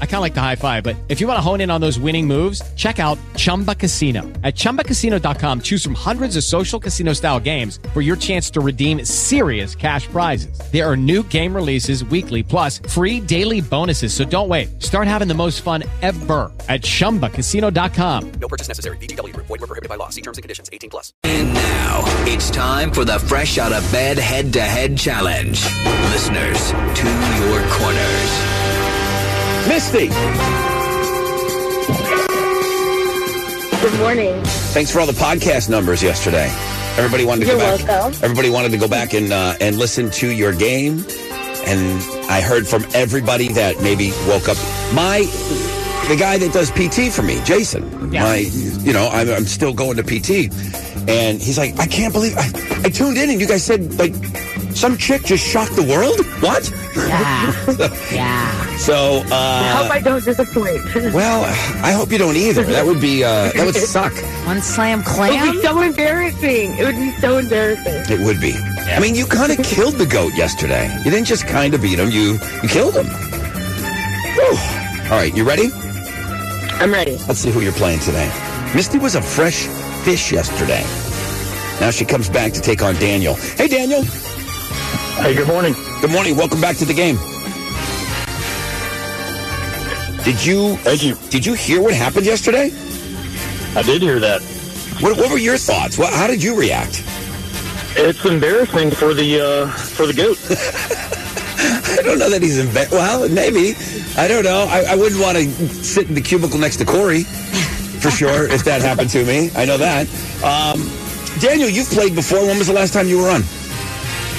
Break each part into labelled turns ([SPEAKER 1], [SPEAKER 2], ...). [SPEAKER 1] I kind of like the high five, but if you want to hone in on those winning moves, check out Chumba Casino. At chumbacasino.com, choose from hundreds of social casino style games for your chance to redeem serious cash prizes. There are new game releases weekly, plus free daily bonuses. So don't wait. Start having the most fun ever at chumbacasino.com.
[SPEAKER 2] No purchase necessary. VGW Group. Void were prohibited by law. See terms and conditions. 18 plus.
[SPEAKER 3] And now it's time for the Fresh Out of Bed Head to Head Challenge. Listeners, to your corners.
[SPEAKER 4] Misty,
[SPEAKER 5] Good morning.
[SPEAKER 4] thanks for all the podcast numbers yesterday. Everybody wanted to go
[SPEAKER 5] You're
[SPEAKER 4] back.
[SPEAKER 5] welcome.
[SPEAKER 4] Everybody wanted to go back and uh, and listen to your game, and I heard from everybody that maybe woke up. My the guy that does PT for me, Jason.
[SPEAKER 1] Yeah.
[SPEAKER 4] My you know I'm, I'm still going to PT, and he's like, I can't believe I, I tuned in and you guys said like some chick just shocked the world. What?
[SPEAKER 6] Yeah.
[SPEAKER 4] So
[SPEAKER 5] I
[SPEAKER 4] uh,
[SPEAKER 5] hope I don't disappoint.
[SPEAKER 4] well, I hope you don't either. That would be uh, that would suck.
[SPEAKER 6] One slam
[SPEAKER 5] it would
[SPEAKER 6] clam.
[SPEAKER 5] be so embarrassing. It would be so embarrassing.
[SPEAKER 4] It would be. I mean, you kind of killed the goat yesterday. You didn't just kind of beat him. You you killed him. Whew. All right, you ready?
[SPEAKER 5] I'm ready.
[SPEAKER 4] Let's see who you're playing today. Misty was a fresh fish yesterday. Now she comes back to take on Daniel. Hey, Daniel.
[SPEAKER 7] Hey, good morning.
[SPEAKER 4] Good morning. Welcome back to the game. Did you
[SPEAKER 7] Thank you.
[SPEAKER 4] did you hear what happened yesterday?
[SPEAKER 7] I did hear that.
[SPEAKER 4] What, what were your thoughts? What, how did you react?
[SPEAKER 7] It's embarrassing for the uh, for the goat.
[SPEAKER 4] I don't know that he's in bed. Well, maybe. I don't know. I, I wouldn't want to sit in the cubicle next to Corey for sure if that happened to me. I know that. Um, Daniel, you've played before. When was the last time you were on?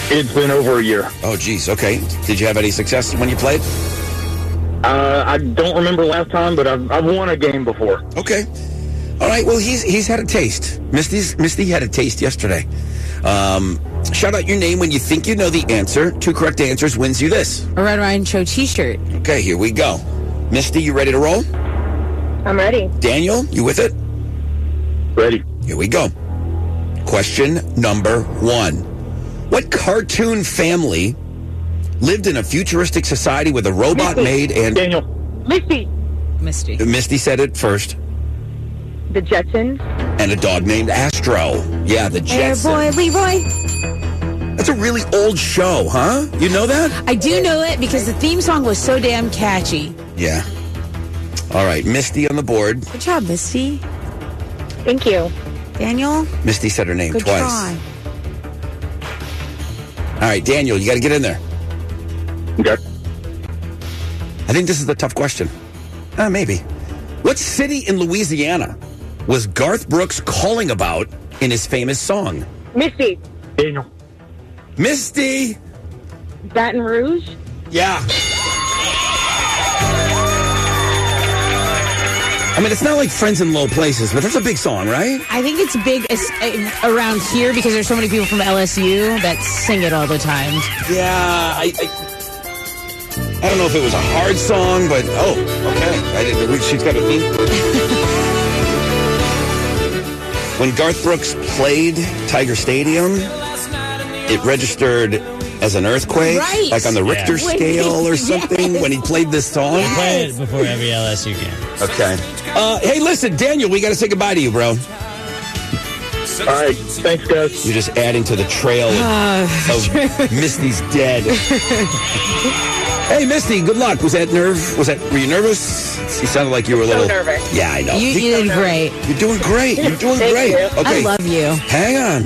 [SPEAKER 7] It's been over a year.
[SPEAKER 4] Oh, geez. Okay. Did you have any success when you played?
[SPEAKER 7] Uh, I don't remember last time, but I've, I've won a game before.
[SPEAKER 4] Okay. All right. Well, he's he's had a taste. Misty's Misty had a taste yesterday. Um, shout out your name when you think you know the answer. Two correct answers wins you this.
[SPEAKER 6] A Red Ryan Show t-shirt.
[SPEAKER 4] Okay. Here we go. Misty, you ready to roll?
[SPEAKER 5] I'm ready.
[SPEAKER 4] Daniel, you with it?
[SPEAKER 7] Ready?
[SPEAKER 4] Here we go. Question number one. What cartoon family lived in a futuristic society with a robot maid and
[SPEAKER 7] Daniel.
[SPEAKER 5] Misty,
[SPEAKER 6] Misty.
[SPEAKER 4] Misty said it first,
[SPEAKER 5] the Jetsons.
[SPEAKER 4] and a dog named Astro? Yeah, the Jetsons.
[SPEAKER 6] Leroy.
[SPEAKER 4] That's a really old show, huh? You know that?
[SPEAKER 6] I do know it because the theme song was so damn catchy.
[SPEAKER 4] Yeah. All right, Misty on the board.
[SPEAKER 6] Good job, Misty.
[SPEAKER 5] Thank you.
[SPEAKER 6] Daniel,
[SPEAKER 4] Misty said her name
[SPEAKER 6] good
[SPEAKER 4] twice.
[SPEAKER 6] try.
[SPEAKER 4] All right, Daniel, you got to get in there.
[SPEAKER 7] Okay.
[SPEAKER 4] I think this is the tough question. Uh, maybe. What city in Louisiana was Garth Brooks calling about in his famous song?
[SPEAKER 5] Misty,
[SPEAKER 7] Daniel.
[SPEAKER 4] Misty!
[SPEAKER 5] Baton Rouge.
[SPEAKER 4] Yeah. I mean, it's not like Friends in Low Places, but that's a big song, right?
[SPEAKER 6] I think it's big as, uh, around here because there's so many people from LSU that sing it all the time.
[SPEAKER 4] Yeah. I, I, I don't know if it was a hard song, but oh, okay. I didn't, we- she's got a theme. when Garth Brooks played Tiger Stadium, it registered as an earthquake,
[SPEAKER 6] Right.
[SPEAKER 4] like on the Richter
[SPEAKER 6] When he-
[SPEAKER 4] scale or something, when he played this song.
[SPEAKER 8] Play it before every LSU game.
[SPEAKER 4] Okay. Uh, hey, listen, Daniel, we got to say goodbye to you, bro.
[SPEAKER 7] All right. Thanks, guys.
[SPEAKER 4] You're just adding to the trail of, of Misty's dead. hey, Misty, good luck. Was that nerve? Was that? Were you nervous? You sounded like you were a little.
[SPEAKER 5] nervous.
[SPEAKER 4] Yeah, I know.
[SPEAKER 6] You, you
[SPEAKER 4] You,
[SPEAKER 6] did great.
[SPEAKER 4] are doing great. You're doing
[SPEAKER 5] Thank
[SPEAKER 4] great.
[SPEAKER 5] you.
[SPEAKER 4] Okay,
[SPEAKER 6] I love you.
[SPEAKER 4] hang on.